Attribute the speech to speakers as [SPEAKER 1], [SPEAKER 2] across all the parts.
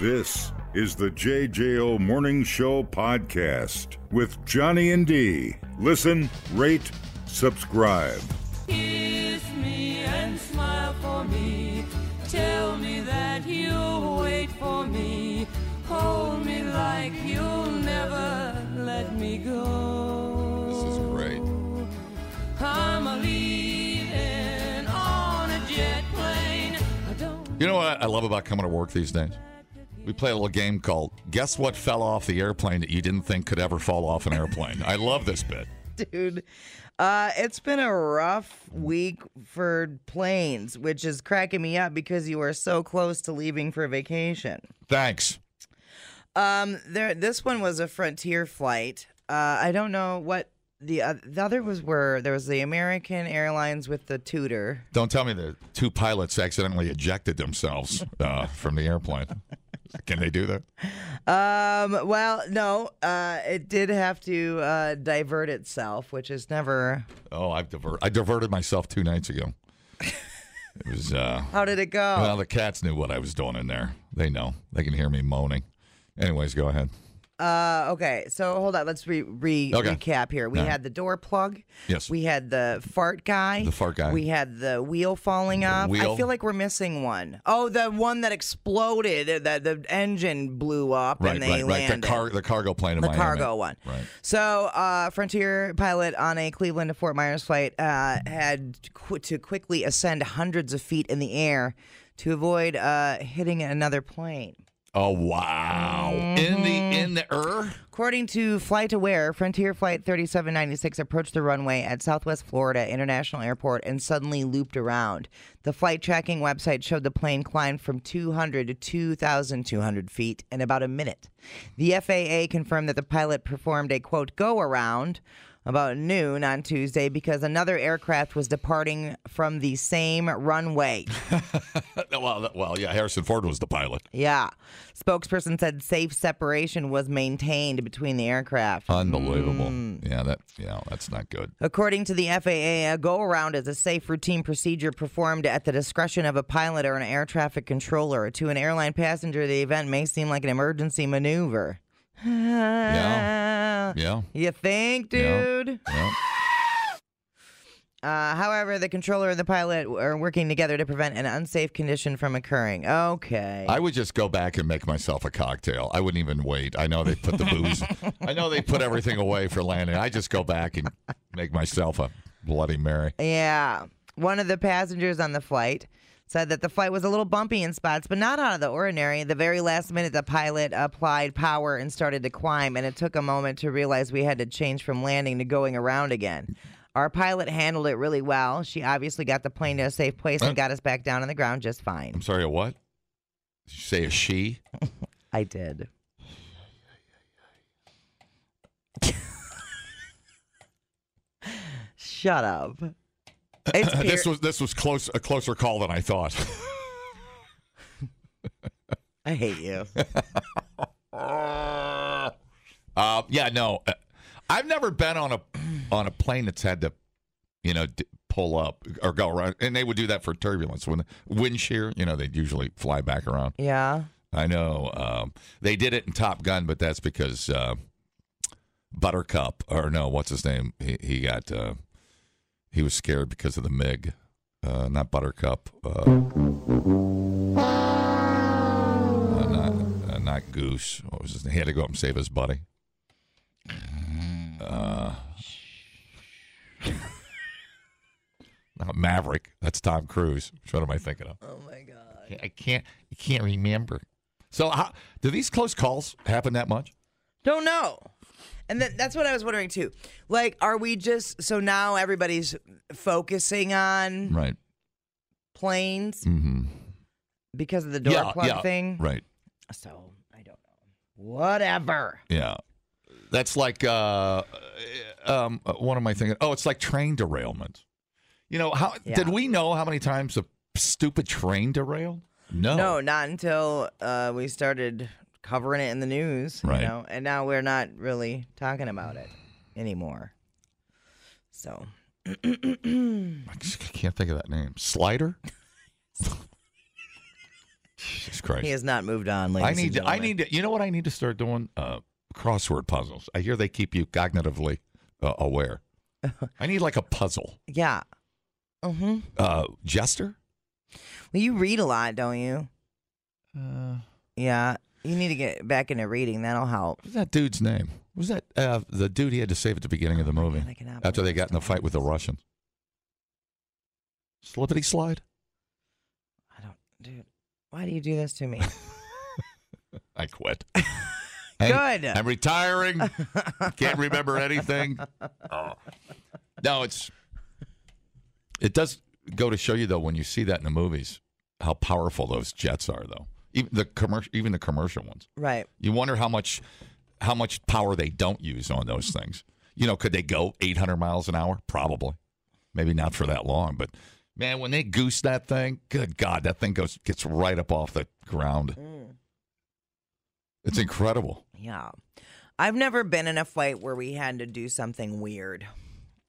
[SPEAKER 1] This is the JJO Morning Show podcast with Johnny and D. Listen, rate, subscribe.
[SPEAKER 2] Kiss me and smile for me. Tell me that you'll wait for me. Hold me like you'll never let me go.
[SPEAKER 3] This is great.
[SPEAKER 2] I'm a leaving on a jet plane. I don't
[SPEAKER 3] You know what I love about coming to work these days? We play a little game called Guess What Fell Off the Airplane That You Didn't Think Could Ever Fall Off an Airplane. I love this bit.
[SPEAKER 4] dude. Uh, it's been a rough week for planes, which is cracking me up because you are so close to leaving for vacation.
[SPEAKER 3] Thanks.
[SPEAKER 4] Um, there, this one was a Frontier flight. Uh, I don't know what the oth- the other was. Were there was the American Airlines with the Tudor?
[SPEAKER 3] Don't tell me the two pilots accidentally ejected themselves uh, from the airplane. Can they do that?
[SPEAKER 4] Um, well, no, uh, it did have to uh, divert itself, which is never.
[SPEAKER 3] Oh, I've diver- I diverted myself two nights ago. It was, uh,
[SPEAKER 4] How did it go?
[SPEAKER 3] well, the cats knew what I was doing in there. They know. They can hear me moaning. Anyways, go ahead.
[SPEAKER 4] Uh, okay, so hold on. Let's re, re-
[SPEAKER 3] Okay.
[SPEAKER 4] recap here. We
[SPEAKER 3] All right.
[SPEAKER 4] had the door plug.
[SPEAKER 3] Yes.
[SPEAKER 4] We had the fart guy.
[SPEAKER 3] The fart guy.
[SPEAKER 4] We had the wheel falling off.
[SPEAKER 3] wheel.
[SPEAKER 4] I feel like we're missing one. Oh, the one that exploded. uh, That the engine blew up
[SPEAKER 3] Right,
[SPEAKER 4] and they
[SPEAKER 3] right, right.
[SPEAKER 4] landed.
[SPEAKER 3] The, car- the cargo plane in
[SPEAKER 4] The
[SPEAKER 3] Miami.
[SPEAKER 4] cargo one.
[SPEAKER 3] Right.
[SPEAKER 4] So, uh, Frontier pilot on a Cleveland to Fort Myers flight uh, had qu- to quickly ascend hundreds of feet in the air to avoid uh, hitting another plane.
[SPEAKER 3] Oh wow! In the in the er.
[SPEAKER 4] According to Flight Aware, Frontier Flight 3796 approached the runway at Southwest Florida International Airport and suddenly looped around. The flight tracking website showed the plane climbed from 200 to 2,200 feet in about a minute. The FAA confirmed that the pilot performed a quote go around about noon on Tuesday because another aircraft was departing from the same runway.
[SPEAKER 3] Uh, Well, that- well, yeah. Harrison Ford was the pilot.
[SPEAKER 4] Yeah. Spokesperson said safe separation was maintained between the aircraft.
[SPEAKER 3] Unbelievable. Yeah, that yeah, that's not good.
[SPEAKER 4] According to the FAA, a go around is a safe routine procedure performed at the discretion of a pilot or an air traffic controller. To an airline passenger, the event may seem like an emergency maneuver.
[SPEAKER 3] Yeah. Yeah.
[SPEAKER 4] You think,
[SPEAKER 3] Yeah.
[SPEAKER 4] dude?
[SPEAKER 3] yeah.
[SPEAKER 4] Uh, however, the controller and the pilot are working together to prevent an unsafe condition from occurring. Okay.
[SPEAKER 3] I would just go back and make myself a cocktail. I wouldn't even wait. I know they put the booze. I know they put everything away for landing. I just go back and make myself a Bloody Mary.
[SPEAKER 4] Yeah. One of the passengers on the flight said that the flight was a little bumpy in spots, but not out of the ordinary. The very last minute, the pilot applied power and started to climb, and it took a moment to realize we had to change from landing to going around again. Our pilot handled it really well. She obviously got the plane to a safe place
[SPEAKER 3] Huh?
[SPEAKER 4] and got us back down on the ground just
[SPEAKER 3] I'm
[SPEAKER 4] fine.
[SPEAKER 3] sorry. A what? Did you say a she?
[SPEAKER 4] I did. Shut up. It's
[SPEAKER 3] Uh, this
[SPEAKER 4] Pier-
[SPEAKER 3] was this was close a closer call than I thought.
[SPEAKER 4] I hate you.
[SPEAKER 3] Uh, yeah, no, uh, I've never been on a on a plane that's had to, you know, d- pull up or go around, and they would do that for turbulence when wind shear. You know, they'd usually fly back around.
[SPEAKER 4] Yeah.
[SPEAKER 3] I know um, they did it in Top Gun, but that's because uh, Buttercup or no, what's his name? He, he got uh, he was scared because of the Mig, uh, not Buttercup, uh, uh, not uh, not Goose. What was his name? He had to go up and save his buddy. Uh, not Maverick. That's Tom Cruise. Which one am I thinking of?
[SPEAKER 4] Oh my god.
[SPEAKER 3] I can't I can't remember. So how, do these close calls happen that much?
[SPEAKER 4] Don't know. And that, that's what I was wondering too. Like, are we just so now everybody's focusing on
[SPEAKER 3] Right.
[SPEAKER 4] planes
[SPEAKER 3] Mm-hmm.
[SPEAKER 4] because of the door plug thing?
[SPEAKER 3] Right.
[SPEAKER 4] So I don't know. Whatever.
[SPEAKER 3] Yeah. That's like uh, um, what am I thinking? Oh, it's like train derailment. You know how
[SPEAKER 4] Yeah.
[SPEAKER 3] did we know how many times a stupid train derailed? No.
[SPEAKER 4] No, not until uh, we started covering it in the news,
[SPEAKER 3] Right.
[SPEAKER 4] you know, and now we're not really talking about it anymore. So
[SPEAKER 3] I just can't think of that name. Slider. Jesus Christ.
[SPEAKER 4] He has not moved on, ladies
[SPEAKER 3] I need.
[SPEAKER 4] and
[SPEAKER 3] To, I
[SPEAKER 4] gentlemen.
[SPEAKER 3] need. To, you know what I need to start doing? Uh, crossword puzzles. I hear they keep you cognitively uh, aware. I need like a puzzle.
[SPEAKER 4] Yeah. Mm-hmm.
[SPEAKER 3] Uh, Jester.
[SPEAKER 4] Well, you read a lot, don't you? Yeah. You need to get back into reading. That'll help.
[SPEAKER 3] What's that dude's name? What was that uh, the dude he had to save at the beginning of the movie
[SPEAKER 4] God, I cannot
[SPEAKER 3] after they
[SPEAKER 4] believe
[SPEAKER 3] got in a fight with the Russians? Slippity slide.
[SPEAKER 4] I don't, dude. Why do you do this to me?
[SPEAKER 3] I quit.
[SPEAKER 4] Good.
[SPEAKER 3] I'm retiring. Can't remember anything. Oh. No, it's. It does go to show you though when you see that in the movies how powerful those jets are though. Even the commercial, even the commercial ones.
[SPEAKER 4] right.
[SPEAKER 3] You wonder how much how much power they don't use on those things. You know, could they go 800 miles an hour? Probably. Maybe not for that long, but man, when they goose that thing, good god, that thing goes gets right up off the ground. It's incredible.
[SPEAKER 4] Yeah. I've never been in a fight where we had to do something weird,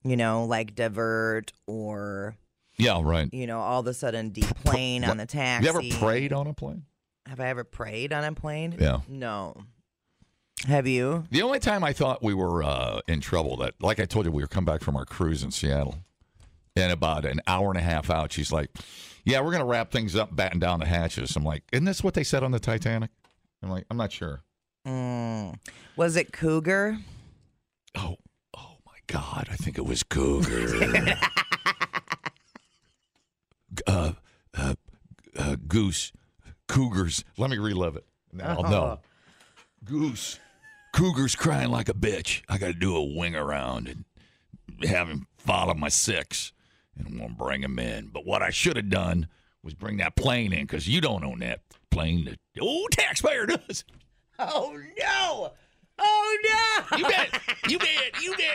[SPEAKER 4] you know, like divert or,
[SPEAKER 3] Yeah, right.
[SPEAKER 4] you know, all of a sudden deplane on the taxi.
[SPEAKER 3] You ever prayed on a plane?
[SPEAKER 4] Have I ever prayed on a plane?
[SPEAKER 3] Yeah.
[SPEAKER 4] No. Have you?
[SPEAKER 3] The only time I thought we were uh, in trouble that, like I told you, we were coming back from our cruise in Seattle, and about an hour and a half out, she's like, "Yeah, we're gonna wrap things up, batten down the hatches." I'm like, "Isn't this what they said on the Titanic?" I'm like, "I'm not sure."
[SPEAKER 4] Mm. Was it Cougar?
[SPEAKER 3] Oh, oh my God! I think it was Cougar. uh, uh, uh, goose, cougars. Let me relive it. No, no. Goose, cougars crying like a bitch. I got to do a wing around and have him follow my six, and won't bring him in. But what I should have done was bring that plane in because you don't own that plane. The old taxpayer does.
[SPEAKER 4] Oh, no. Oh, no.
[SPEAKER 3] You did. You did. You did.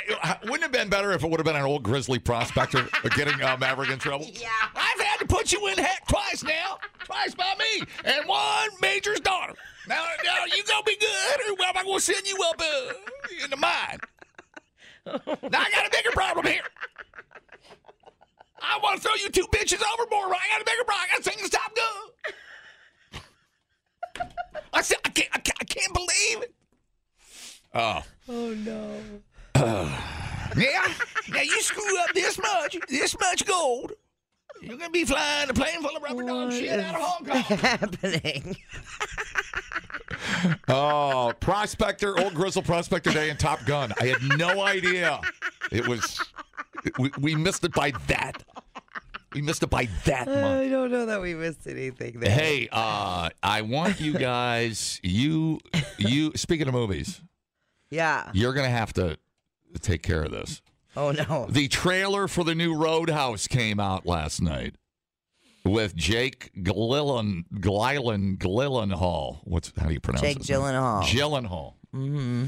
[SPEAKER 3] Wouldn't it have been better if it would have been an old grizzly prospector getting uh, Maverick in trouble? Yeah. I've had to put you in heck twice now. Twice by me. And one major's daughter. Now, now you going to be good or am I going to send you up uh, in the mine? Now I got a bigger problem here. I want to throw you two bitches overboard. but I got a bigger problem. I got to sing the Top Gun. I said, I can't, I can't, I can't believe it. Oh. Yeah. Now you screw up this much, this much gold, you're gonna be flying a plane full of rubber dog shit out of Hong Kong.
[SPEAKER 4] happening.
[SPEAKER 3] Oh, Prospector, Old Grizzle Prospector Day and Top Gun. I had no idea. It was we, we missed it by that. We missed it by that much.
[SPEAKER 4] I don't know that we missed anything there.
[SPEAKER 3] Hey, uh, I want you guys. You, you. Speaking of movies,
[SPEAKER 4] Yeah.
[SPEAKER 3] you're gonna have to take care of this.
[SPEAKER 4] Oh, no.
[SPEAKER 3] The trailer for the new Roadhouse came out last night with Jake Glillen, Glillen, Glillenhall. What's how do you pronounce
[SPEAKER 4] Jake
[SPEAKER 3] his name?
[SPEAKER 4] Gyllenhaal.
[SPEAKER 3] Gyllenhaal. Mm-hmm.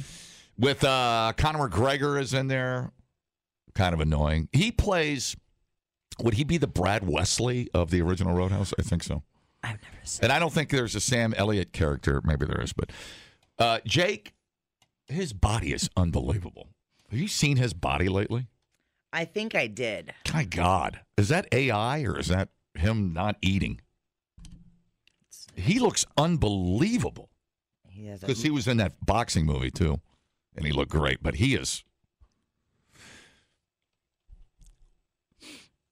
[SPEAKER 3] With uh, Conor McGregor is in there. Kind of annoying. He plays. Would he be the Brad Wesley of the original Roadhouse? I think so.
[SPEAKER 4] I've never seen
[SPEAKER 3] And I don't think there's a Sam Elliott character. Maybe there is, but uh, Jake, his body is unbelievable. Have you seen his body lately?
[SPEAKER 4] I think I did.
[SPEAKER 3] My God, is that AI or is that him not eating? He looks unbelievable
[SPEAKER 4] He has a-
[SPEAKER 3] because he was in that boxing movie too, and he looked great. But he is.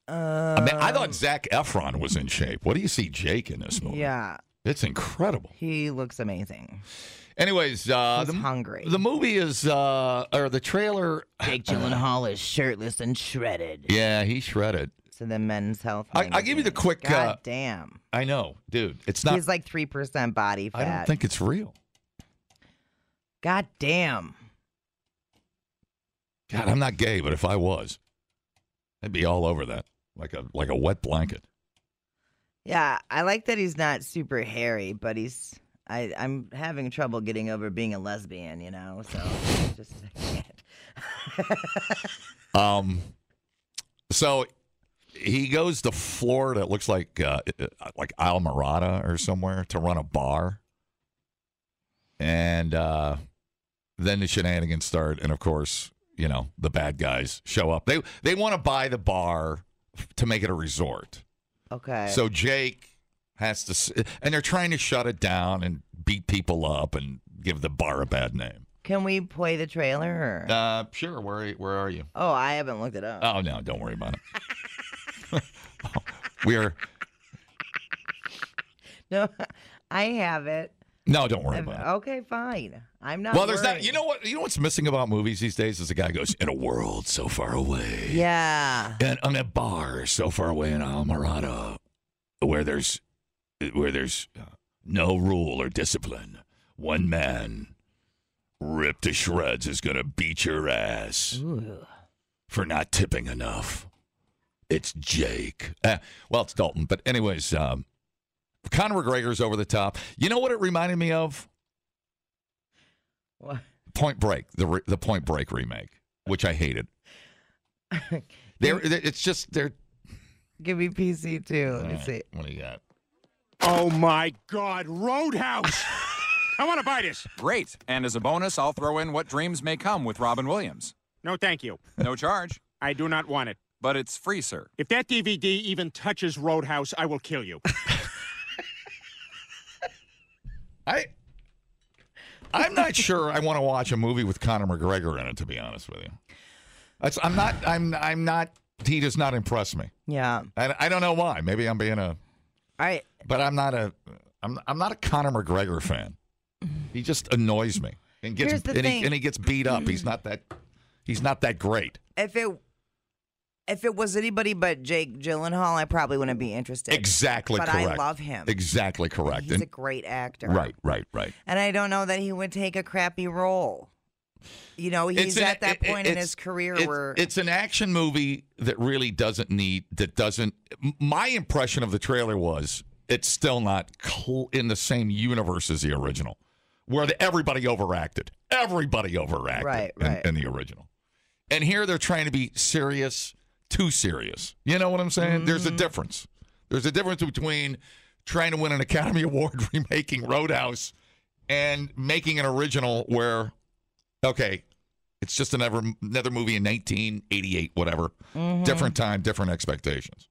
[SPEAKER 3] I mean, I thought Zach Efron was in shape. What do you see Jake in this movie?
[SPEAKER 4] Um, uh, yeah.
[SPEAKER 3] it's incredible.
[SPEAKER 4] He looks amazing.
[SPEAKER 3] Anyways, uh,
[SPEAKER 4] He's
[SPEAKER 3] the,
[SPEAKER 4] hungry.
[SPEAKER 3] the movie is uh, or the trailer.
[SPEAKER 4] Jake Gyllenhaal is shirtless and shredded.
[SPEAKER 3] Yeah, he shredded.
[SPEAKER 4] So the Men's Health.
[SPEAKER 3] I- I'll give you the
[SPEAKER 4] magazine.
[SPEAKER 3] quick,
[SPEAKER 4] God
[SPEAKER 3] uh,
[SPEAKER 4] damn.
[SPEAKER 3] I know, dude. It's not.
[SPEAKER 4] He's like three percent body
[SPEAKER 3] I
[SPEAKER 4] fat.
[SPEAKER 3] don't think it's real.
[SPEAKER 4] God damn.
[SPEAKER 3] God, I'm not gay, but if I was, I'd be all over that, like a like a wet blanket.
[SPEAKER 4] Yeah, I like that he's not super hairy, but he's. I, I'm having trouble getting over being a lesbian, you know. So just
[SPEAKER 3] Um, so he goes to Florida. It looks like uh, like Almirada or somewhere to run a bar, and uh, then the shenanigans start. And of course, you know the bad guys show up. They they want to buy the bar to make it a resort.
[SPEAKER 4] okay.
[SPEAKER 3] So Jake has to, s- and they're trying to shut it down and beat people up and give the bar a bad name.
[SPEAKER 4] Can we play the trailer? Or?
[SPEAKER 3] Uh, sure. Where are you- where are you?
[SPEAKER 4] Oh, I haven't looked it up.
[SPEAKER 3] Oh no, don't worry about it. we are
[SPEAKER 4] No, I have it.
[SPEAKER 3] no, don't worry
[SPEAKER 4] I've-
[SPEAKER 3] about it.
[SPEAKER 4] okay, fine. I'm not.
[SPEAKER 3] Well, there's that.
[SPEAKER 4] worried.
[SPEAKER 3] You know what? You know what's missing about movies these days is the guy goes in a world so far away,
[SPEAKER 4] Yeah.
[SPEAKER 3] and on a bar so far away in Almarada, where there's where there's uh, no rule or discipline. One man ripped to shreds is gonna beat your ass
[SPEAKER 4] Ooh.
[SPEAKER 3] for not tipping enough. It's Jake. Uh, well, it's Dalton, but anyways, um, Conor McGregor's over the top. You know what it reminded me of?
[SPEAKER 4] What?
[SPEAKER 3] Point Break, the re- the Point Break remake, which I hated. They're, they're- it's just they're.
[SPEAKER 4] Give me PC too. Let me
[SPEAKER 3] All right,
[SPEAKER 4] see.
[SPEAKER 3] What do you got?
[SPEAKER 5] Oh my God, Roadhouse! I want to buy this.
[SPEAKER 6] Great. And as a bonus, I'll throw in What Dreams May Come with Robin Williams.
[SPEAKER 5] No, thank you.
[SPEAKER 6] No charge,
[SPEAKER 5] I do not want it.
[SPEAKER 6] but it's free, sir.
[SPEAKER 5] If that DVD even touches Roadhouse, I will kill you.
[SPEAKER 3] I. I'm not sure I want to watch a movie with Conor McGregor in it. To be honest with you, That's, I'm not. I'm. I'm not. He does not impress me.
[SPEAKER 4] Yeah. All
[SPEAKER 3] I, I don't know why. Maybe I'm being a.
[SPEAKER 4] right.
[SPEAKER 3] But I'm not a. I'm. I'm not a Conor McGregor fan. He just annoys me and gets
[SPEAKER 4] Here's the
[SPEAKER 3] and he,
[SPEAKER 4] thing.
[SPEAKER 3] and he gets beat up. He's not that. He's not that great.
[SPEAKER 4] If it if it was anybody but Jake Gyllenhaal, I probably wouldn't be interested.
[SPEAKER 3] Exactly
[SPEAKER 4] But I
[SPEAKER 3] correct.
[SPEAKER 4] love him.
[SPEAKER 3] Exactly correct.
[SPEAKER 4] He's
[SPEAKER 3] And-
[SPEAKER 4] a great actor.
[SPEAKER 3] right. Right. Right.
[SPEAKER 4] And I don't know that he would take a crappy role. You know, he's
[SPEAKER 3] an-
[SPEAKER 4] at that
[SPEAKER 3] it-
[SPEAKER 4] point in
[SPEAKER 3] it's-
[SPEAKER 4] his career
[SPEAKER 3] it's,
[SPEAKER 4] where
[SPEAKER 3] it's an action movie that really doesn't need that doesn't. m- My impression of the trailer was it's still not cl- in the same universe as the original, where the, everybody overacted. Everybody overacted
[SPEAKER 4] Right,
[SPEAKER 3] in-
[SPEAKER 4] right.
[SPEAKER 3] In, the original, and here they're trying to be serious, too serious. You know what I'm saying? There's
[SPEAKER 4] Mm-hmm.
[SPEAKER 3] a difference. There's a difference between trying to win an Academy Award remaking Roadhouse and making an original where okay it's just another another movie in 1988 whatever different time different expectations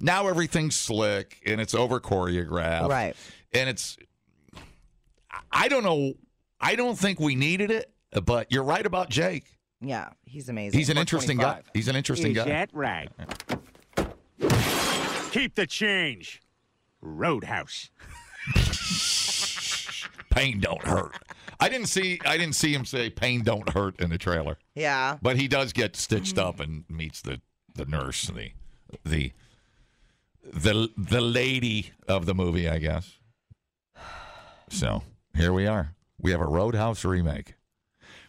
[SPEAKER 3] now everything's slick and it's over choreographed
[SPEAKER 4] Right.
[SPEAKER 3] and it's i don't know i don't think we needed it but you're right about jake
[SPEAKER 4] yeah, he's amazing.
[SPEAKER 3] he's an interesting guy
[SPEAKER 6] 25.
[SPEAKER 3] he's an interesting
[SPEAKER 5] Is
[SPEAKER 3] guy
[SPEAKER 5] that right? Keep the change. Roadhouse.
[SPEAKER 3] pain don't hurt i didn't see i didn't see him say pain don't hurt in the trailer
[SPEAKER 4] yeah.
[SPEAKER 3] But he does get stitched up and meets the the nurse, the the the the lady of the movie, I guess. So here we are. We have a Roadhouse remake.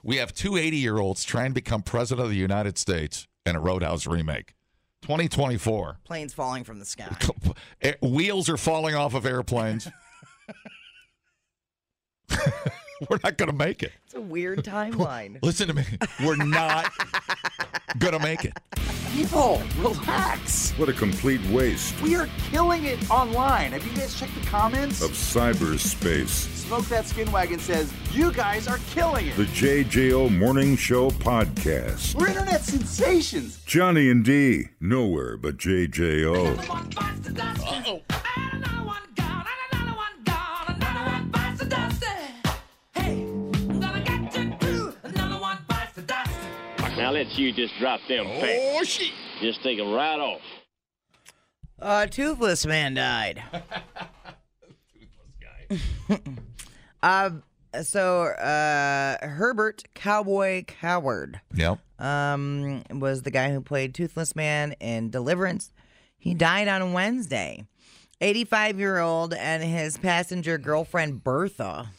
[SPEAKER 3] We have two 80 year olds trying to become president of the United States and a Roadhouse remake. 2024.
[SPEAKER 4] Planes falling from the sky.
[SPEAKER 3] Eh, Wheels are falling off of airplanes. We're not going to make it.
[SPEAKER 4] It's a weird timeline.
[SPEAKER 3] Listen to me. We're not going to make it.
[SPEAKER 7] People, relax.
[SPEAKER 1] What a complete waste
[SPEAKER 7] We are killing it online. Have you guys checked the comments?
[SPEAKER 1] of cyberspace.
[SPEAKER 7] Smoke That Skin Wagon says, You guys are killing
[SPEAKER 1] The
[SPEAKER 7] it.
[SPEAKER 1] JJO Morning Show podcast.
[SPEAKER 7] We're internet sensations.
[SPEAKER 1] Johnny and D, nowhere but JJO.
[SPEAKER 8] Now let's you just drop them facts.
[SPEAKER 3] Oh, shit.
[SPEAKER 8] Just take them right off.
[SPEAKER 4] A Uh, toothless man died. toothless guy. um. So, uh, Herbert Cowboy Coward
[SPEAKER 3] Yep.
[SPEAKER 4] um, was the guy who played Toothless Man in Deliverance. He died on Wednesday. 85 year old and his passenger girlfriend, Bertha.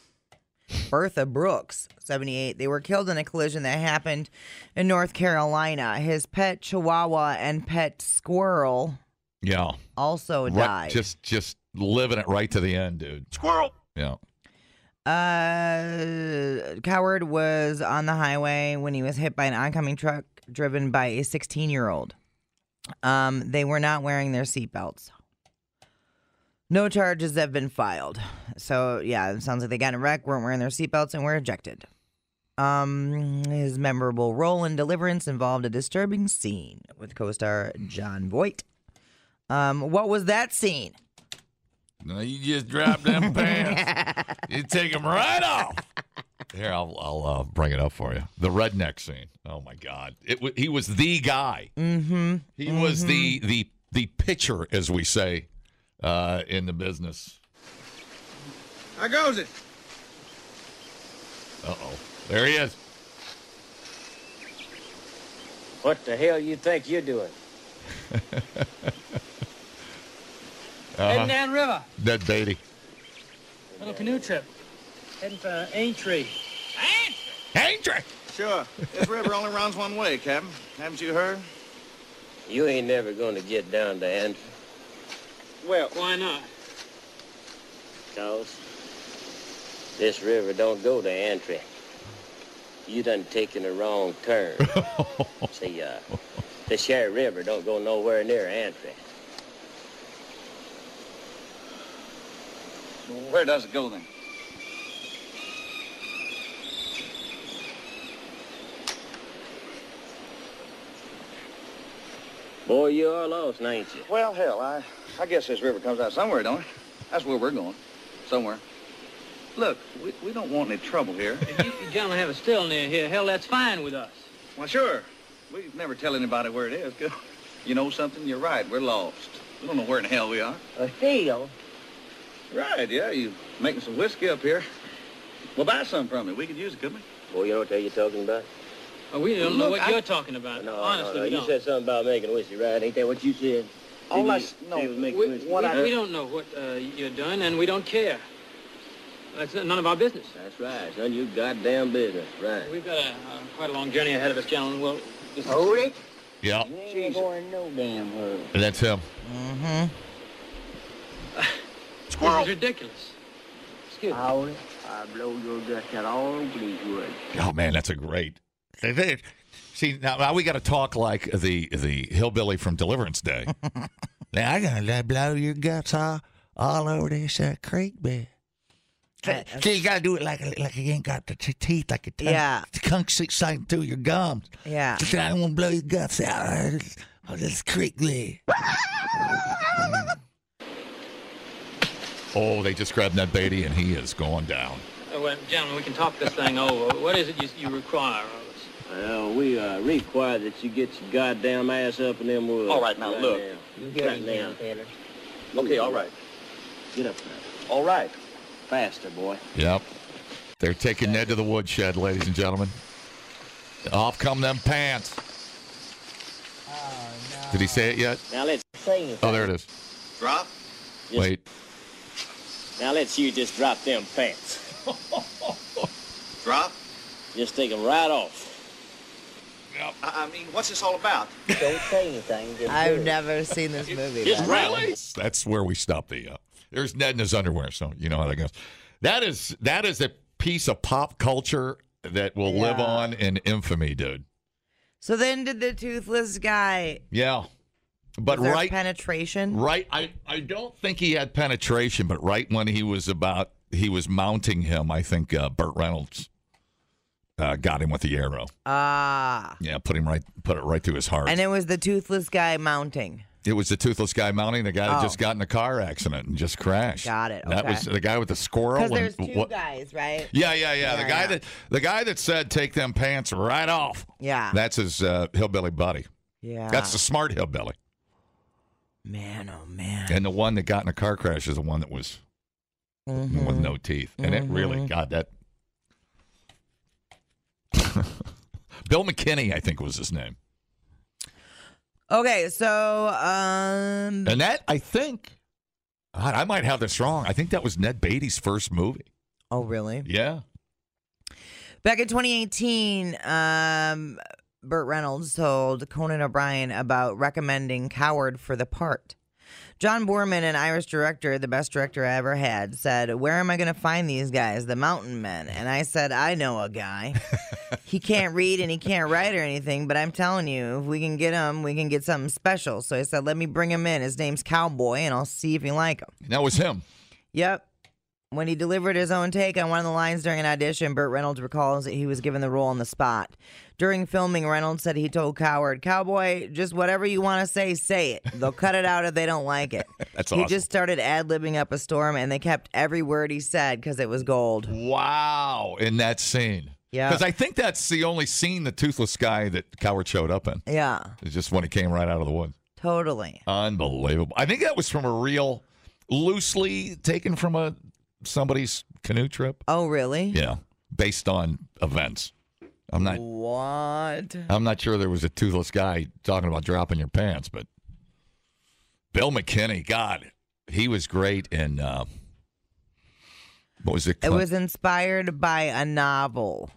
[SPEAKER 4] Bertha Brooks, 78. They were killed in a collision that happened in North Carolina. His pet chihuahua and pet squirrel
[SPEAKER 3] Yeah.
[SPEAKER 4] also
[SPEAKER 3] Right,
[SPEAKER 4] died.
[SPEAKER 3] just just living it right to the end, dude.
[SPEAKER 7] Squirrel.
[SPEAKER 3] Yeah.
[SPEAKER 4] Uh, Coward was on the highway when he was hit by an oncoming truck driven by a 16 year old. Um, they were not wearing their seatbelts. No charges have been filed. So, yeah, it sounds like they got in a wreck, weren't wearing their seatbelts, and were ejected. Um, his memorable role in Deliverance involved a disturbing scene with co star John Voight. Um, what was that scene?
[SPEAKER 3] No, you just drop them pants. You take them right off. Here, I'll, I'll uh, bring it up for you. The redneck scene. Oh my God! It wa he was the guy. Mm-hmm. He was the the the pitcher, as we say, uh, in the business.
[SPEAKER 5] How goes it?
[SPEAKER 3] Uh oh, there he is.
[SPEAKER 9] What the hell you think you're doing?
[SPEAKER 3] Uh-huh.
[SPEAKER 2] Heading down river,
[SPEAKER 3] Ned Beatty.
[SPEAKER 2] little canoe trip. Heading for Aintree.
[SPEAKER 3] Andrew.
[SPEAKER 5] Sure. This river only runs one way, Captain. Haven't you heard?
[SPEAKER 9] You ain't never gonna get down to Andrew.
[SPEAKER 5] Well,
[SPEAKER 2] Why not?
[SPEAKER 9] Cause this river don't go to Antrim. You done taken the wrong turn. See, uh, the Sherry River don't go nowhere near Antrim.
[SPEAKER 7] Where does it go then?
[SPEAKER 9] Boy, you are lost, ain't you?
[SPEAKER 7] Well, hell, I, I guess this river comes out somewhere, don't it? That's where we're going. Somewhere. Look, we, we don't want any trouble here.
[SPEAKER 2] If you gentlemen have a still near here, hell, that's fine with us.
[SPEAKER 7] well, sure. We never tell anybody where it is. Good. You know something? You're right. We're lost. We don't know where in hell we are.
[SPEAKER 9] A hill?
[SPEAKER 7] Right, yeah. You making some whiskey up here. Well, buy some from me. We could use it, couldn't we?
[SPEAKER 9] Boy, you know what the hell you're talking about?
[SPEAKER 2] Oh, we don't know
[SPEAKER 7] Look,
[SPEAKER 2] what
[SPEAKER 7] I-
[SPEAKER 2] you're talking about.
[SPEAKER 9] No,
[SPEAKER 2] Honestly,
[SPEAKER 9] no, no.
[SPEAKER 2] we
[SPEAKER 9] You
[SPEAKER 2] don't.
[SPEAKER 9] said something about making whiskey, right? Ain't that what you said?
[SPEAKER 7] All I
[SPEAKER 9] He-
[SPEAKER 7] s- no,
[SPEAKER 9] he was making
[SPEAKER 2] we,
[SPEAKER 9] whiskey.
[SPEAKER 2] we- we don't know what uh, you're doing, and we don't care. That's none of our business.
[SPEAKER 9] That's right, son. You goddamn business, right?
[SPEAKER 2] We've got a, uh, quite a long journey ahead of us, gentlemen. Well, this
[SPEAKER 9] Hold it.
[SPEAKER 3] Yeah,
[SPEAKER 9] You ain't going no damn where.
[SPEAKER 3] and that's him.
[SPEAKER 2] this is ridiculous. Excuse me.
[SPEAKER 9] Hold it. I blow your guts out all bleachwood.
[SPEAKER 3] Oh man, that's a great. See now, now we got to talk like the the hillbilly from Deliverance Day. now I gotta blow your guts all, all over this uh, creek bed. See, you gotta do it like like you ain't got the t- teeth, like a tongue,
[SPEAKER 4] Yeah.
[SPEAKER 3] the tongue sticks like through your gums.
[SPEAKER 4] Yeah.
[SPEAKER 3] Just, I don't want to blow your guts out of this, of Oh, this creek bed. oh, they just grabbed Ned Beatty and he is going down.
[SPEAKER 2] Uh, well, gentlemen, we can talk this thing over. What is it you, you require of us?
[SPEAKER 9] Well, we uh, require that you get your goddamn ass up in them woods.
[SPEAKER 7] All right, now, look.
[SPEAKER 9] now. You hear me now, Taylor?
[SPEAKER 7] Okay, all right.
[SPEAKER 9] Get up there.
[SPEAKER 7] All right.
[SPEAKER 9] Faster, boy.
[SPEAKER 3] Yep. They're taking Ned to the woodshed, ladies and gentlemen. Off come them pants. Did he say it yet?
[SPEAKER 9] Now let's sing it.
[SPEAKER 3] Oh, there it is.
[SPEAKER 7] Drop.
[SPEAKER 9] Yes.
[SPEAKER 3] Wait.
[SPEAKER 9] Now let's you just drop them pants.
[SPEAKER 7] Drop.
[SPEAKER 9] Just take them right off.
[SPEAKER 7] I, I mean, what's this all about?
[SPEAKER 9] Don't say anything. Just
[SPEAKER 4] I've never seen this movie.
[SPEAKER 9] Just
[SPEAKER 4] but-
[SPEAKER 9] really?
[SPEAKER 3] That's where we stop the. Uh, there's Ned in his underwear, so you know how that goes. That is that is a piece of pop culture that will live
[SPEAKER 4] Yeah.
[SPEAKER 3] on in infamy, dude.
[SPEAKER 4] So then did the toothless guy
[SPEAKER 3] Yeah. But
[SPEAKER 4] was there
[SPEAKER 3] right
[SPEAKER 4] penetration?
[SPEAKER 3] Right. I, I don't think he had penetration, but right when he was about, he was mounting him, I think uh, Burt Reynolds uh, got him with the arrow.
[SPEAKER 4] Ah.
[SPEAKER 3] Yeah, put him right, put it right through his heart.
[SPEAKER 4] and it was the toothless guy mounting.
[SPEAKER 3] it was the toothless guy mounting the guy that
[SPEAKER 4] Oh.
[SPEAKER 3] just got in a car accident and just crashed.
[SPEAKER 4] Got it,
[SPEAKER 3] That
[SPEAKER 4] okay.
[SPEAKER 3] was the guy with the squirrel.
[SPEAKER 4] Because
[SPEAKER 3] and
[SPEAKER 4] there's two
[SPEAKER 3] what-
[SPEAKER 4] guys, right?
[SPEAKER 3] Yeah, yeah, yeah. The
[SPEAKER 4] Yeah,
[SPEAKER 3] guy
[SPEAKER 4] yeah.
[SPEAKER 3] that the guy that said take them pants right off.
[SPEAKER 4] Yeah.
[SPEAKER 3] That's his uh, hillbilly buddy.
[SPEAKER 4] yeah.
[SPEAKER 3] That's the smart hillbilly.
[SPEAKER 4] man, oh man.
[SPEAKER 3] And the one that got in a car crash is the one that was
[SPEAKER 4] Mm-hmm.
[SPEAKER 3] with no teeth. And it really, God, that. Bill McKinney, I think, was his name.
[SPEAKER 4] Okay, so um
[SPEAKER 3] And that, I think, God, I might have this wrong. I think that was Ned Beatty's first movie.
[SPEAKER 4] Oh really?
[SPEAKER 3] Yeah.
[SPEAKER 4] Back in 2018, um, Burt Reynolds told Conan O'Brien about recommending Coward for the part. John Borman, an Irish director, the best director I ever had, said, Where am I going to find these guys, the mountain men? And I said, I know a guy. he can't read and he can't write or anything, but I'm telling you, if we can get him, we can get something special. So I said, Let me bring him in. His name's Cowboy, and I'll see if you like him.
[SPEAKER 3] And that was him.
[SPEAKER 4] Yep. When he delivered his own take on one of the lines during an audition, Burt Reynolds recalls that he was given the role on the spot. During filming, Reynolds said he told Coward, Cowboy, just whatever you want to say, say it. They'll cut it out if they don't like it.
[SPEAKER 3] That's
[SPEAKER 4] He
[SPEAKER 3] awesome.
[SPEAKER 4] just started ad libbing up a storm, and they kept every word he said because it was gold.
[SPEAKER 3] Wow, in that scene.
[SPEAKER 4] Yeah.
[SPEAKER 3] Because I think that's the only scene the toothless guy that Coward showed up in.
[SPEAKER 4] Yeah,
[SPEAKER 3] It's just when he came right out of the woods.
[SPEAKER 4] totally.
[SPEAKER 3] Unbelievable. I think that was from a real, loosely taken from a somebody's canoe trip.
[SPEAKER 4] Oh, really?
[SPEAKER 3] Yeah, based on events. I'm not.
[SPEAKER 4] What?
[SPEAKER 3] I'm not sure there was a toothless guy talking about dropping your pants, but Bill McKinney, God, he was great in uh, what was it?
[SPEAKER 4] It was inspired by a novel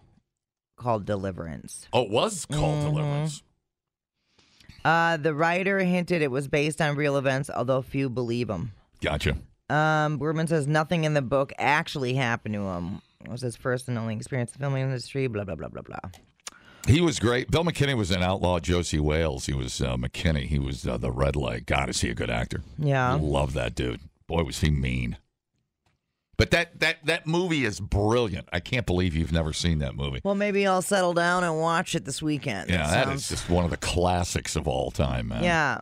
[SPEAKER 4] called Deliverance.
[SPEAKER 3] oh, it was called Deliverance.
[SPEAKER 4] Uh, the writer hinted it was based on real events, although few believe him.
[SPEAKER 3] Gotcha.
[SPEAKER 4] Um, Berman says nothing in the book actually happened to him. It was his first and only experience in the filming industry, blah, blah, blah, blah, blah.
[SPEAKER 3] He was great. Bill McKinney was an outlaw. Josie Wales. He was uh, McKinney. He was uh, the red leg. God, is he a good actor?
[SPEAKER 4] Yeah.
[SPEAKER 3] Love that dude. Boy, was he mean. But that that that movie is brilliant. I can't believe you've never seen that movie.
[SPEAKER 4] Well, maybe I'll settle down and watch it this weekend.
[SPEAKER 3] Yeah, that is uh,
[SPEAKER 4] sounds-
[SPEAKER 3] just one of the classics of all time, man.
[SPEAKER 4] Yeah.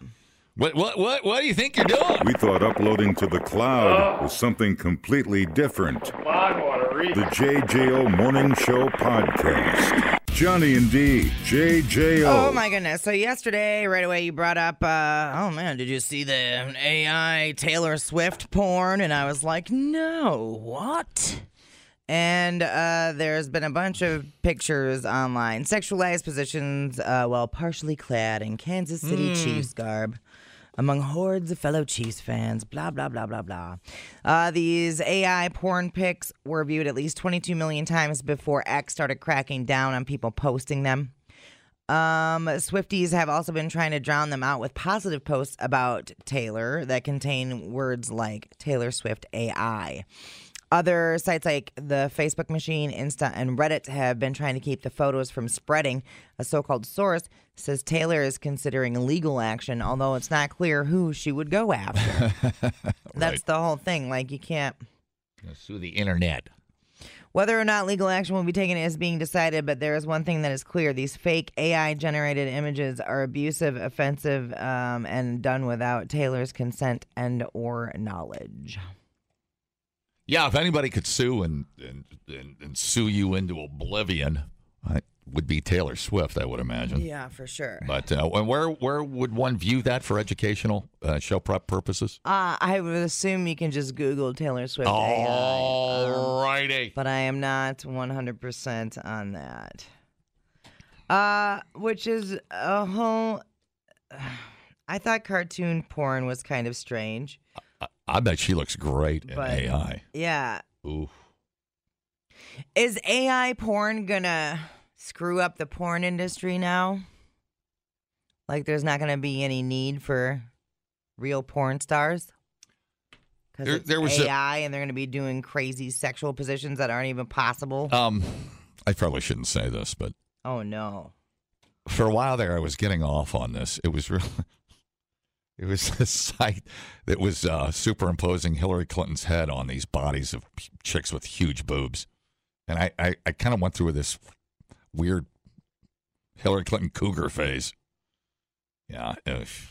[SPEAKER 3] What what what what do you think you're doing?
[SPEAKER 1] We thought uploading to the cloud was something completely different. The JJO Morning Show Podcast. Johnny and D, JJO.
[SPEAKER 4] Oh my goodness! So yesterday, right away, you brought up. Uh, oh man, did you see the AI Taylor Swift porn? And I was like, no, what? And uh, there's been a bunch of pictures online, sexualized positions, uh, while partially clad in Kansas City Chiefs garb. Among hordes of fellow Chiefs fans, blah, blah, blah, blah, blah. Uh, these AI porn pics were viewed at least 22 million times before X started cracking down on people posting them. Um, Swifties have also been trying to drown them out with positive posts about Taylor that contain words like Taylor Swift AI. Other sites like the Facebook Machine, Insta, and Reddit have been trying to keep the photos from spreading. A so called source says Taylor is considering legal action, although it's not clear who she would go after. That's the whole thing. Like, you can't.
[SPEAKER 3] Through the internet.
[SPEAKER 4] Whether or not legal action will be taken is being decided, but there is one thing that is clear: these fake AI-generated images are abusive, offensive, um, and done without Taylor's consent and/or knowledge.
[SPEAKER 3] Yeah, if anybody could sue and and, and, and sue you into oblivion, it would be Taylor Swift, I would imagine.
[SPEAKER 4] Yeah, for sure.
[SPEAKER 3] But uh, and where where would one view that for educational uh, show prep purposes?
[SPEAKER 4] Uh, I would assume you can just Google Taylor Swift AI, um,
[SPEAKER 3] All righty.
[SPEAKER 4] but I am not 100% on that. Uh, which is a whole. I thought cartoon porn was kind of strange.
[SPEAKER 3] I bet she looks great in
[SPEAKER 4] But-
[SPEAKER 3] AI.
[SPEAKER 4] Yeah,
[SPEAKER 3] Ooh.
[SPEAKER 4] Is AI porn gonna screw up the porn industry now? Like, there's not gonna be any need for real porn stars
[SPEAKER 3] There-
[SPEAKER 4] because
[SPEAKER 3] there was a-
[SPEAKER 4] AI, and they're gonna be doing crazy sexual positions that aren't even possible.
[SPEAKER 3] Um, I probably shouldn't say this, but
[SPEAKER 4] oh no!
[SPEAKER 3] for a while there, I was getting off on this. It was really, it was this site that was uh, superimposing Hillary Clinton's head on these bodies of p- chicks with huge boobs, and I, I, I kind of went through this weird Hillary Clinton cougar phase. Yeah, ugh. is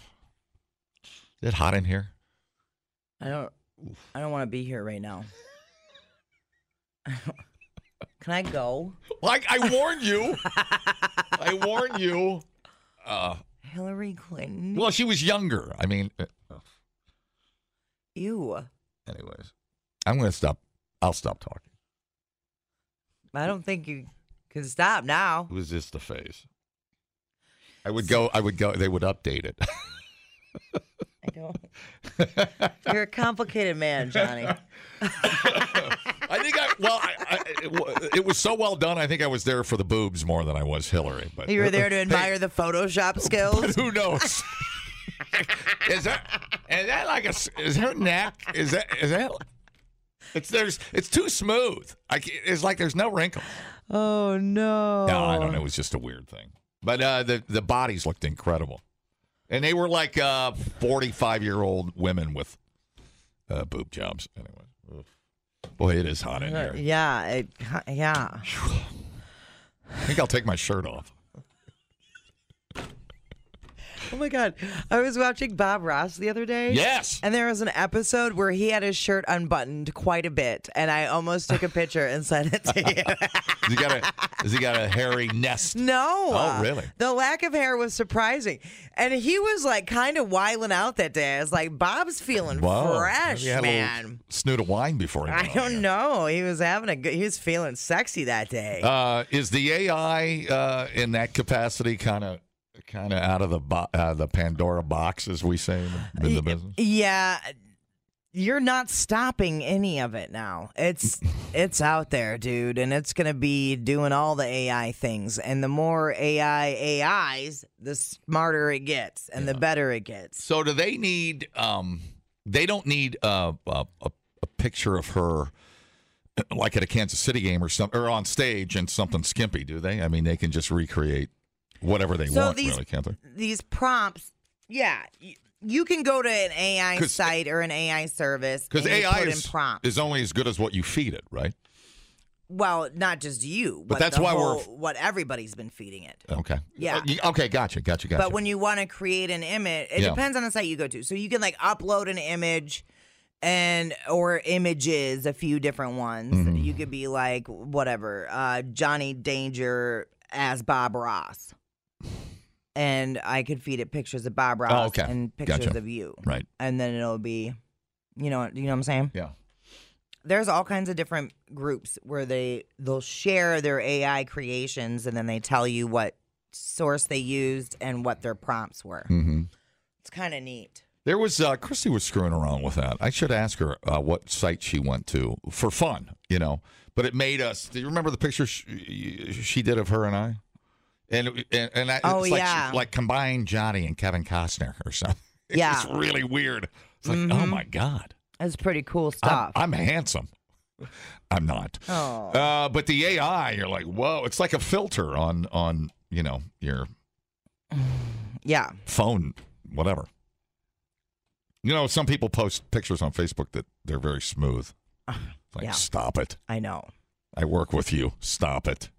[SPEAKER 3] it hot in here?
[SPEAKER 4] I don't. I don't want to be here right now. Can I go?
[SPEAKER 3] Like I warned you, I warned you. Uh,
[SPEAKER 4] Hillary Clinton.
[SPEAKER 3] well, she was younger. I mean, uh,
[SPEAKER 4] Ew.
[SPEAKER 3] anyways, I'm gonna stop. I'll stop talking.
[SPEAKER 4] I don't think you can stop now.
[SPEAKER 3] It was just the phase. I would go. I would go. They would update it.
[SPEAKER 4] I don't. You're a complicated man, Johnny.
[SPEAKER 3] I think I. Well, I, I, it, wa- it was so well done. I think I was there for the boobs more than I was Hillary. But
[SPEAKER 4] You were there to admire the Photoshop skills.
[SPEAKER 3] Who knows? is that is that like a s- is her neck? Is that is that? It's there's it's too smooth. I, ca- it's like there's no wrinkles.
[SPEAKER 4] Oh no!
[SPEAKER 3] No, I
[SPEAKER 4] Oh.
[SPEAKER 3] don't know. It was just a weird thing. But uh, the the bodies looked incredible, and they were like forty five year old women with uh, boob jobs. uh, Anyway, Boy, it is hot in here.
[SPEAKER 4] Yeah, it, yeah.
[SPEAKER 3] I think I'll take my shirt off.
[SPEAKER 4] Oh my god, I was watching Bob Ross the other day.
[SPEAKER 3] Yes.
[SPEAKER 4] And there was an episode where he had his shirt unbuttoned quite a bit, and I almost took a picture and sent it to you.
[SPEAKER 3] Has he got a has he got a hairy nest?
[SPEAKER 4] No.
[SPEAKER 3] Oh, really?
[SPEAKER 4] The lack of hair was surprising. And he was like kind of wiling out that day. I was like, Bob's feeling
[SPEAKER 3] Whoa.
[SPEAKER 4] fresh,
[SPEAKER 3] Maybe he had a little
[SPEAKER 4] man.
[SPEAKER 3] Snoot of wine before he
[SPEAKER 4] I
[SPEAKER 3] went on
[SPEAKER 4] don't
[SPEAKER 3] here.
[SPEAKER 4] know. He was having a good, he was feeling sexy that day.
[SPEAKER 3] Uh, is the AI uh, in that capacity kind of kind of out of the bo- uh, the Pandora box, as we say in the, in the business?
[SPEAKER 4] yeah. You're not stopping any of it now. It's it's out there, dude, and it's gonna be doing all the AI things. And the more AI AIs, the smarter it gets and the better it gets.
[SPEAKER 3] So do they need? Um, they don't need uh, a, a a picture of her, uh, like at a Kansas City game or something, or on stage and something skimpy, do they? I mean, they can just recreate whatever they
[SPEAKER 4] So
[SPEAKER 3] want,
[SPEAKER 4] these-
[SPEAKER 3] really, can't they?
[SPEAKER 4] these prompts, yeah, y- you can go to an AI
[SPEAKER 3] 'Cause-
[SPEAKER 4] site or an AI service
[SPEAKER 3] Because
[SPEAKER 4] and you
[SPEAKER 3] AI
[SPEAKER 4] put
[SPEAKER 3] is,
[SPEAKER 4] in prompts.
[SPEAKER 3] is only as good as what you feed it, right?
[SPEAKER 4] well, not just you, but,
[SPEAKER 3] that's
[SPEAKER 4] the
[SPEAKER 3] why we're-
[SPEAKER 4] whole- what everybody's been feeding it.
[SPEAKER 3] Okay.
[SPEAKER 4] Yeah.
[SPEAKER 3] Uh, y- Okay, gotcha, gotcha, gotcha.
[SPEAKER 4] But when you want to create an image, it
[SPEAKER 3] Yeah.
[SPEAKER 4] depends on the site you go to. So you can like upload an image and or images, a few different ones.
[SPEAKER 3] Mm-hmm.
[SPEAKER 4] You could be like whatever, uh, Johnny Danger as Bob Ross. And I could feed it pictures of Bob Ross
[SPEAKER 3] Oh, okay.
[SPEAKER 4] and pictures
[SPEAKER 3] Gotcha.
[SPEAKER 4] of you.
[SPEAKER 3] right.
[SPEAKER 4] and then it'll be you know you know what I'm saying?
[SPEAKER 3] Yeah.
[SPEAKER 4] There's all kinds of different groups where they they'll share their AI creations and then they tell you what source they used and what their prompts were.
[SPEAKER 3] Mm-hmm.
[SPEAKER 4] It's kind of neat.
[SPEAKER 3] There was uh, Christy was screwing around with that. I should ask her uh, what site she went to for fun, you know. But it made us. Do you remember the picture she, she did of her and I? And and, and I,
[SPEAKER 4] Oh,
[SPEAKER 3] it's like
[SPEAKER 4] yeah.
[SPEAKER 3] she, like combined Johnny and Kevin Costner or something. It's
[SPEAKER 4] Yeah. Mm-hmm.
[SPEAKER 3] just really weird. It's like, oh my god,
[SPEAKER 4] That's pretty cool
[SPEAKER 3] I'm,
[SPEAKER 4] stuff.
[SPEAKER 3] I'm handsome. I'm not.
[SPEAKER 4] Oh.
[SPEAKER 3] Uh, but the AI, you're like, whoa! It's like a filter on on you know your
[SPEAKER 4] yeah.
[SPEAKER 3] phone, whatever. You know, some people post pictures on Facebook that they're very smooth. It's like,
[SPEAKER 4] yeah.
[SPEAKER 3] stop it.
[SPEAKER 4] I know.
[SPEAKER 3] I work with you. Stop it.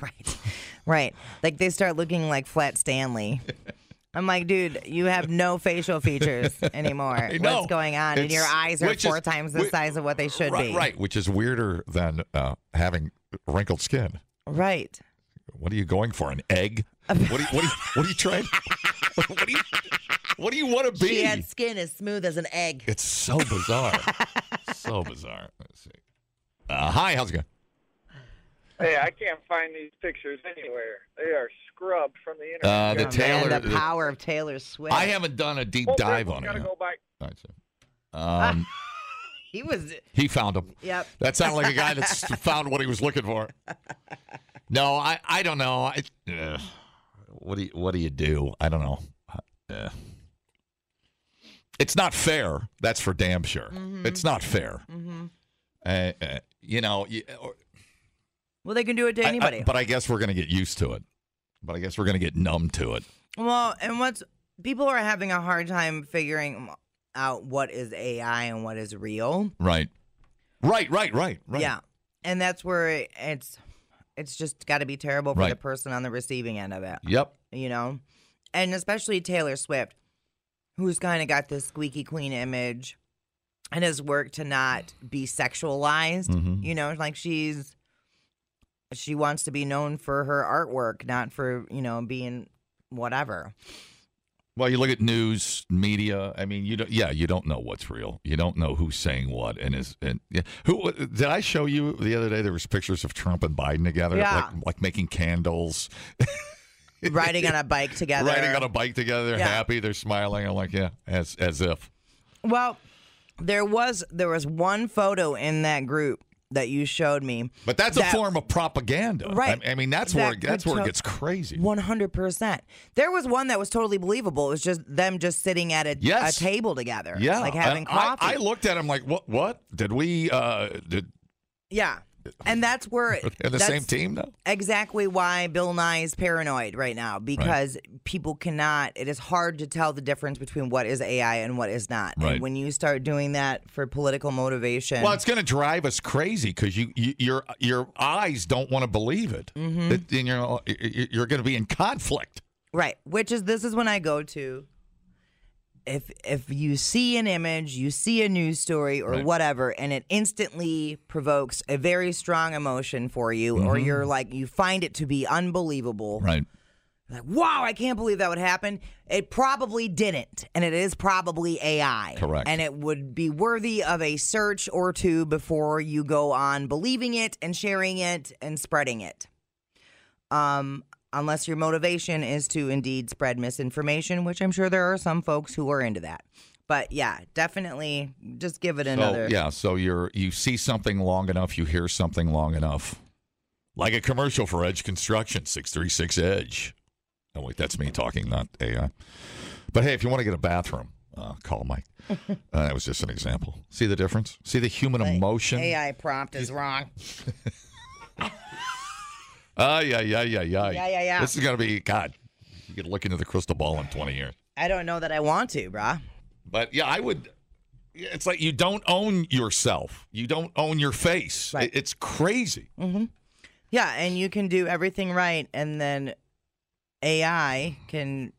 [SPEAKER 4] Right. Right. Like they start looking like Flat Stanley. I'm like, dude, you have no facial features anymore.
[SPEAKER 3] I know.
[SPEAKER 4] What's going on? and
[SPEAKER 3] It's-
[SPEAKER 4] your eyes are
[SPEAKER 3] which is-
[SPEAKER 4] four times the
[SPEAKER 3] whi-
[SPEAKER 4] size of what they should
[SPEAKER 3] right,
[SPEAKER 4] be.
[SPEAKER 3] right, which is weirder than uh, having wrinkled skin.
[SPEAKER 4] Right.
[SPEAKER 3] What are you going for? An egg? What are you, what are you, what are you trying? what, do you, what do you want to be?
[SPEAKER 4] She had skin as smooth as an egg.
[SPEAKER 3] It's so bizarre. so bizarre. Let's see. Uh, hi, how's it going?
[SPEAKER 10] Hey, I can't find these pictures anywhere. They are scrubbed from the internet.
[SPEAKER 3] Uh, the
[SPEAKER 4] Oh,
[SPEAKER 3] Taylor.
[SPEAKER 4] man, the power of Taylor Swift.
[SPEAKER 3] I haven't done a deep
[SPEAKER 10] Well,
[SPEAKER 3] dive
[SPEAKER 10] Rick's
[SPEAKER 3] on it.
[SPEAKER 10] gotta
[SPEAKER 3] yet.
[SPEAKER 10] Go by.
[SPEAKER 3] All right, so, um,
[SPEAKER 4] He was.
[SPEAKER 3] He found him.
[SPEAKER 4] Yep.
[SPEAKER 3] That sounded like a guy that s- found what he was looking for. No, I, I don't know. I, uh, what do you, what do you do? I don't know. Uh, it's not fair. That's for damn sure.
[SPEAKER 4] Mm-hmm.
[SPEAKER 3] It's not fair. Uh, uh, you know, you- or-
[SPEAKER 4] Well, they can do it to
[SPEAKER 3] I- I-
[SPEAKER 4] anybody.
[SPEAKER 3] but I guess we're gonna get used to it. But I guess we're gonna get numb to it.
[SPEAKER 4] well, and what's people are having a hard time figuring out what is AI and what is real.
[SPEAKER 3] Right. Right. Right. Right. Right.
[SPEAKER 4] Yeah, and that's where it's it's just got to be terrible for the
[SPEAKER 3] Right.
[SPEAKER 4] person on the receiving end of it.
[SPEAKER 3] Yep.
[SPEAKER 4] you know? And especially Taylor Swift, who's kind of got this squeaky clean image and has worked to not be sexualized.
[SPEAKER 3] Mm-hmm.
[SPEAKER 4] You know, like she's she wants to be known for her artwork, not for, you know, being whatever.
[SPEAKER 3] Well, you look at news media. I mean, you don't. Yeah, you don't know what's real. You don't know who's saying what and is and yeah. who. uh, Did I show you the other day? There was pictures of Trump and Biden together,
[SPEAKER 4] Yeah.
[SPEAKER 3] like, like making candles,
[SPEAKER 4] Riding on a bike together.
[SPEAKER 3] riding on a bike together. They're
[SPEAKER 4] Yeah.
[SPEAKER 3] happy. They're smiling. I'm like, yeah, as as if.
[SPEAKER 4] Well, there was there was one photo in that group that you showed me.
[SPEAKER 3] But that's a
[SPEAKER 4] That-
[SPEAKER 3] form of propaganda,
[SPEAKER 4] Right.
[SPEAKER 3] I, I mean, that's
[SPEAKER 4] That
[SPEAKER 3] where it, that's
[SPEAKER 4] could
[SPEAKER 3] where it
[SPEAKER 4] to-
[SPEAKER 3] gets crazy.
[SPEAKER 4] One hundred percent. There was one that was totally believable. It was just them just sitting at a,
[SPEAKER 3] Yes.
[SPEAKER 4] a table together,
[SPEAKER 3] Yeah,
[SPEAKER 4] like having
[SPEAKER 3] and I-
[SPEAKER 4] coffee.
[SPEAKER 3] I, looked at him like, what? What did we? uh Did
[SPEAKER 4] yeah, And that's where
[SPEAKER 3] They're the
[SPEAKER 4] that's
[SPEAKER 3] same team, though?
[SPEAKER 4] Exactly why Bill Nye is paranoid right now because people cannot. It is hard to tell the difference between what is AI and what is not. And
[SPEAKER 3] Right.
[SPEAKER 4] when you start doing that for political motivation,
[SPEAKER 3] Well, it's going to drive us crazy because you, you your your eyes don't want to believe it.
[SPEAKER 4] Mhm.
[SPEAKER 3] It- and you're uh, you're- you're going to be in conflict.
[SPEAKER 4] Right, which is this is when I go to if if you see an image, you see a news story or
[SPEAKER 11] Right.
[SPEAKER 4] whatever and it instantly provokes a very strong emotion for you or
[SPEAKER 11] Mhm.
[SPEAKER 4] you're like you find it to be unbelievable.
[SPEAKER 3] Right.
[SPEAKER 4] Like, wow, I can't believe that would happen. It probably didn't, and it is probably AI.
[SPEAKER 11] Correct.
[SPEAKER 4] And it would be worthy of a search or two before you go on believing it and sharing it and spreading it. Um, unless your motivation is to indeed spread misinformation, which I'm sure there are some folks who are into that. But yeah, definitely just give it another.
[SPEAKER 3] So, yeah, so you're you see something long enough, you hear something long enough. Like a commercial for Edge Construction, 636 Edge. Oh, wait, that's me talking, not AI. But hey, if you want to get a bathroom, uh, call Mike. uh, that was just an example. See the difference? See the human emotion?
[SPEAKER 4] AI prompt is wrong.
[SPEAKER 3] Ah, yeah, yeah, yeah, yeah.
[SPEAKER 4] Yeah, yeah, yeah.
[SPEAKER 3] This is going to be, God, you could look into the crystal ball in 20 years.
[SPEAKER 4] I don't know that I want to, brah.
[SPEAKER 3] But yeah, I would. It's like you don't own yourself. You don't own your face. It- It's crazy.
[SPEAKER 4] hmm Yeah, and you can do everything right, and then AI can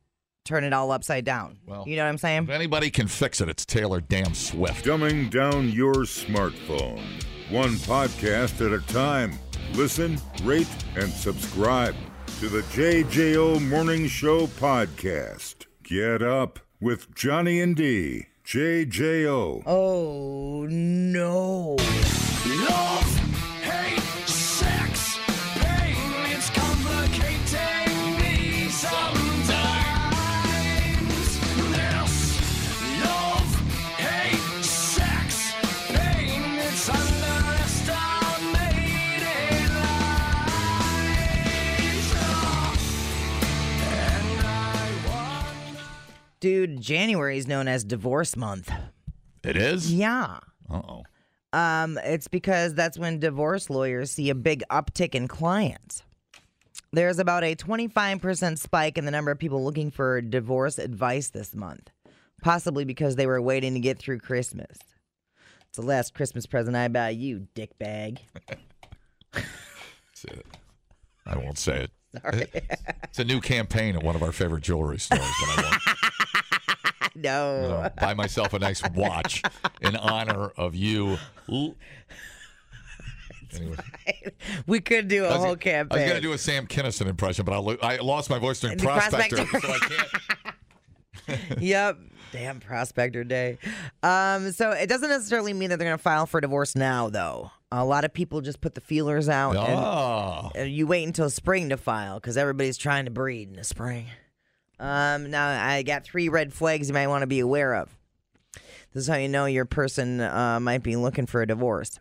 [SPEAKER 4] turn it all upside down. Well, you know what I'm saying?
[SPEAKER 3] If anybody can fix it, it's Taylor Damn Swift.
[SPEAKER 1] Dumbing down your smartphone. One podcast at a time. Listen, rate, and subscribe to the JJO Morning Show podcast. Get up with Johnny and D. JJO.
[SPEAKER 4] Oh, no.
[SPEAKER 11] Love, hate, sex, pain, it's complicating me sometimes. This love, hate, sex, pain, it's underestimated lies. And I want
[SPEAKER 4] Dude, January is known as divorce month.
[SPEAKER 3] It is?
[SPEAKER 4] Yeah.
[SPEAKER 3] Uh oh.
[SPEAKER 4] Um, it's because that's when divorce lawyers see a big uptick in clients. There's about a 25% spike in the number of people looking for divorce advice this month, possibly because they were waiting to get through Christmas. It's the last Christmas present I buy you, dickbag.
[SPEAKER 3] Say it. I won't say it.
[SPEAKER 4] Sorry.
[SPEAKER 3] It's a new campaign at one of our favorite jewelry stores. But I won't. I'm
[SPEAKER 4] no.
[SPEAKER 3] gonna buy myself a nice watch in honor of you. L- Anyway,
[SPEAKER 4] We could do a
[SPEAKER 3] I was-
[SPEAKER 4] whole
[SPEAKER 3] I was
[SPEAKER 4] campaign.
[SPEAKER 3] going to do a Sam Kinison impression, but I, lo- I lost my voice during
[SPEAKER 4] The
[SPEAKER 3] Prospector.
[SPEAKER 4] Prospector.
[SPEAKER 3] so I can't.
[SPEAKER 4] yep. Damn prospector day. Um, so it doesn't necessarily mean that they're going to file for divorce now, though. A lot of people just put the feelers out.
[SPEAKER 3] Oh.
[SPEAKER 4] And, and you wait until spring to file because everybody's trying to breed in the spring. Um, now, I got three red flags you might want to be aware of. This is how you know your person uh, might be looking for a divorce.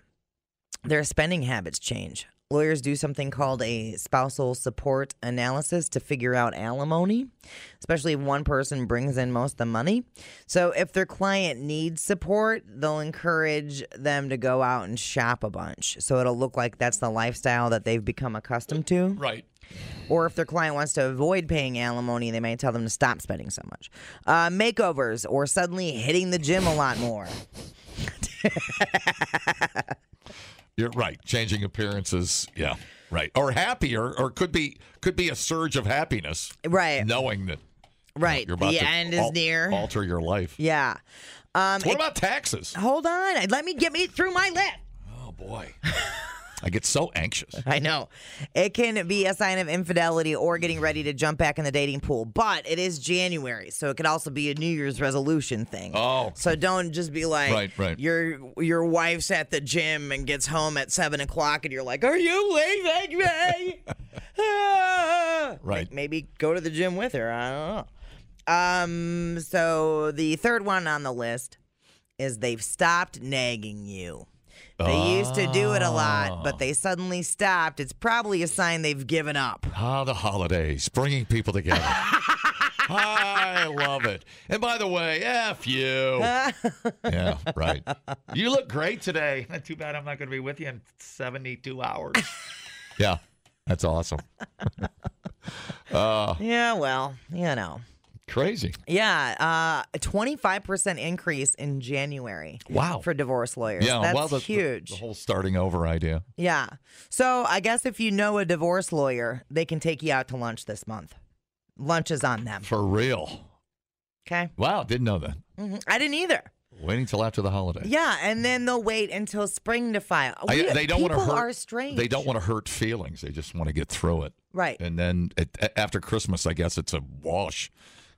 [SPEAKER 4] Their spending habits change. Lawyers do something called a spousal support analysis to figure out alimony, especially if one person brings in most of the money. So, if their client needs support, they'll encourage them to go out and shop a bunch. So, it'll look like that's the lifestyle that they've become accustomed to.
[SPEAKER 3] Right.
[SPEAKER 4] Or if their client wants to avoid paying alimony, they might tell them to stop spending so much. Uh, makeovers or suddenly hitting the gym a lot more.
[SPEAKER 3] You're right. Changing appearances. Yeah. Right. Or happier, or could be could be a surge of happiness.
[SPEAKER 4] Right.
[SPEAKER 3] Knowing that
[SPEAKER 4] Right.
[SPEAKER 3] you're about
[SPEAKER 4] the
[SPEAKER 3] to
[SPEAKER 4] end is
[SPEAKER 3] al-
[SPEAKER 4] near.
[SPEAKER 3] Alter your life.
[SPEAKER 4] Yeah. Um,
[SPEAKER 3] What
[SPEAKER 4] it-
[SPEAKER 3] about taxes?
[SPEAKER 4] Hold on. Let me get me through my list.
[SPEAKER 3] Oh boy. I get so anxious.
[SPEAKER 4] I know. It can be a sign of infidelity or getting ready to jump back in the dating pool, but it is January, so it could also be a New Year's resolution thing.
[SPEAKER 3] Oh.
[SPEAKER 4] So don't just be like
[SPEAKER 3] Right, right.
[SPEAKER 4] your your wife's at the gym and gets home at seven o'clock and you're like, Are you leaving me? Ah.
[SPEAKER 11] Right.
[SPEAKER 4] Maybe go to the gym with her. I don't know. Um, so the third one on the list is they've stopped nagging you. They used to do it a lot,
[SPEAKER 3] Ah.
[SPEAKER 4] but they suddenly stopped. It's probably a sign they've given up.
[SPEAKER 3] Ah, the holidays, bringing people together. I love it. And by the way, F you. yeah, right. You look great today.
[SPEAKER 12] Too bad I'm not going to be with you in 72 hours.
[SPEAKER 3] Yeah, that's awesome. uh,
[SPEAKER 4] Yeah, well, you know.
[SPEAKER 3] crazy.
[SPEAKER 4] Yeah, uh, a 25% increase in January.
[SPEAKER 3] Wow.
[SPEAKER 4] For divorce lawyers.
[SPEAKER 3] Yeah,
[SPEAKER 4] That's
[SPEAKER 3] well, the, the-
[SPEAKER 4] huge.
[SPEAKER 3] The, whole starting over idea.
[SPEAKER 4] yeah. So I guess if you know a divorce lawyer, they can take you out to lunch this month. Lunch is on them.
[SPEAKER 3] For real.
[SPEAKER 4] Okay.
[SPEAKER 3] Wow, didn't know that.
[SPEAKER 4] Mhm. I didn't either.
[SPEAKER 3] Waiting till after the holiday.
[SPEAKER 4] Yeah, and then they'll wait until spring to file.
[SPEAKER 3] I-
[SPEAKER 4] We-
[SPEAKER 3] they don't want to
[SPEAKER 4] people
[SPEAKER 3] hurt.
[SPEAKER 4] are strange.
[SPEAKER 3] They don't want to hurt feelings. They just want to get through it.
[SPEAKER 4] Right.
[SPEAKER 3] And then at, a- after Christmas, I guess it's a wash.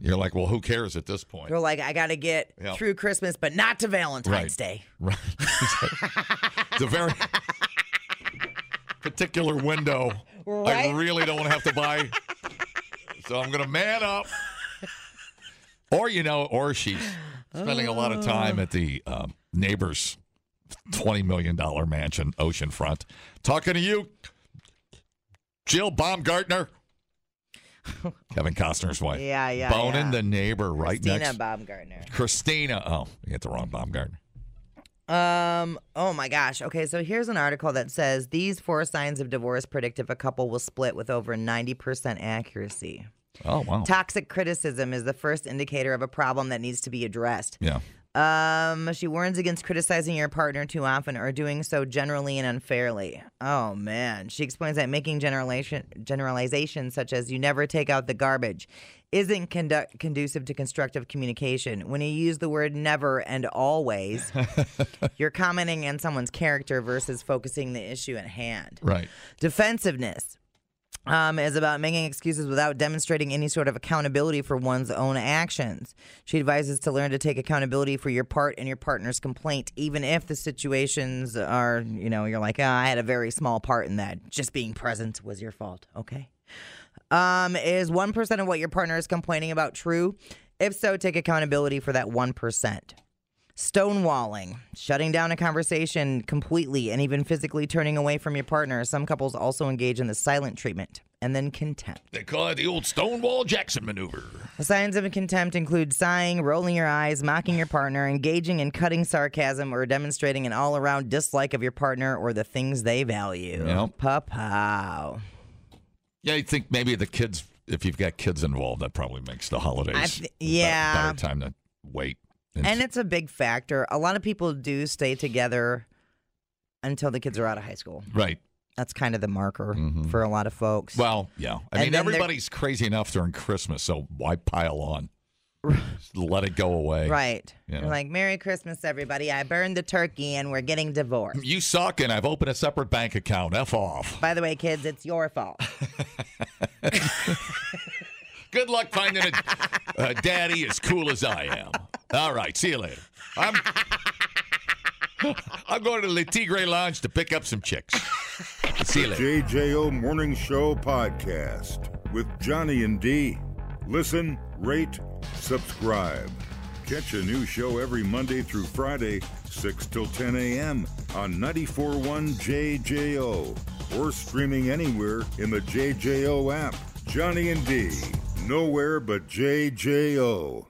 [SPEAKER 3] You're like, well, who cares at this point?
[SPEAKER 4] They're like, I got to get
[SPEAKER 3] Yeah.
[SPEAKER 4] through Christmas, but not to Valentine's
[SPEAKER 3] Right.
[SPEAKER 4] Day.
[SPEAKER 3] Right. it's a very particular window. I
[SPEAKER 4] Right?
[SPEAKER 3] really don't want to have to buy. So I'm going to man up. Or, you know, or she's spending a lot of time at the um, neighbor's $20 million mansion, oceanfront. Talking to you, Jill Baumgartner. Kevin Costner's wife.
[SPEAKER 4] Yeah, yeah,
[SPEAKER 3] Boning
[SPEAKER 4] yeah.
[SPEAKER 3] the neighbor right
[SPEAKER 4] Christina
[SPEAKER 3] next.
[SPEAKER 4] Baumgartner.
[SPEAKER 3] Christina. Oh, you get the wrong Baumgartner.
[SPEAKER 4] Um. Oh my gosh. Okay. So here's an article that says these four signs of divorce predict if a couple will split with over 90% accuracy.
[SPEAKER 3] Oh, wow.
[SPEAKER 4] Toxic criticism is the first indicator of a problem that needs to be addressed.
[SPEAKER 3] Yeah.
[SPEAKER 4] Um, she warns against criticizing your partner too often or doing so generally and unfairly. Oh man, she explains that making generalization generalizations such as "you never take out the garbage" isn't conduct- conducive to constructive communication. When you use the word "never" and "always," you're commenting on someone's character versus focusing the issue at hand.
[SPEAKER 3] Right.
[SPEAKER 4] Defensiveness um, is about making excuses without demonstrating any sort of accountability for one's own actions. She advises to learn to take accountability for your part in your partner's complaint, even if the situations are, you know, you're like, oh, I had a very small part in that. Just being present was your fault. Okay. Um, is 1% of what your partner is complaining about true? If so, take accountability for that 1%. Stonewalling, shutting down a conversation completely and even physically turning away from your partner. Some couples also engage in the silent treatment and then contempt.
[SPEAKER 3] They call it the old Stonewall Jackson maneuver.
[SPEAKER 4] The signs of contempt include sighing, rolling your eyes, mocking your partner, engaging in cutting sarcasm, or demonstrating an all around dislike of your partner or the things they value.
[SPEAKER 3] Yep.
[SPEAKER 4] Papow.
[SPEAKER 3] Yeah, you think maybe the kids, if you've got kids involved, that probably makes the holidays.
[SPEAKER 4] I th- yeah.
[SPEAKER 3] Better, better time to wait.
[SPEAKER 4] And it's a big factor. A lot of people do stay together until the kids are out of high school.
[SPEAKER 3] Right.
[SPEAKER 4] That's kind of the marker for a lot of folks.
[SPEAKER 3] Mm-hmm. Well, yeah. I
[SPEAKER 4] And
[SPEAKER 3] mean,
[SPEAKER 4] then they're-
[SPEAKER 3] everybody's crazy enough during Christmas, so why pile on? Just let it go away.
[SPEAKER 4] Right.
[SPEAKER 3] You,
[SPEAKER 4] They're
[SPEAKER 3] know?
[SPEAKER 4] Like, Merry Christmas, everybody. I burned the turkey and we're getting divorced.
[SPEAKER 3] you suck, and I've opened a separate bank account. F off.
[SPEAKER 4] By the way, kids, it's your fault.
[SPEAKER 3] Good luck finding a, a daddy as cool as I am. All right. See you later. I'm. I'm going to the Tigre Lounge to pick up some chicks. See you later.
[SPEAKER 1] JJO Morning Show podcast with Johnny and D. Listen, rate, subscribe. Catch a new show every Monday through Friday, 6 till 10 a.m. on 94.1 JJO or streaming anywhere in the JJO app. Johnny and D. Nowhere but JJO.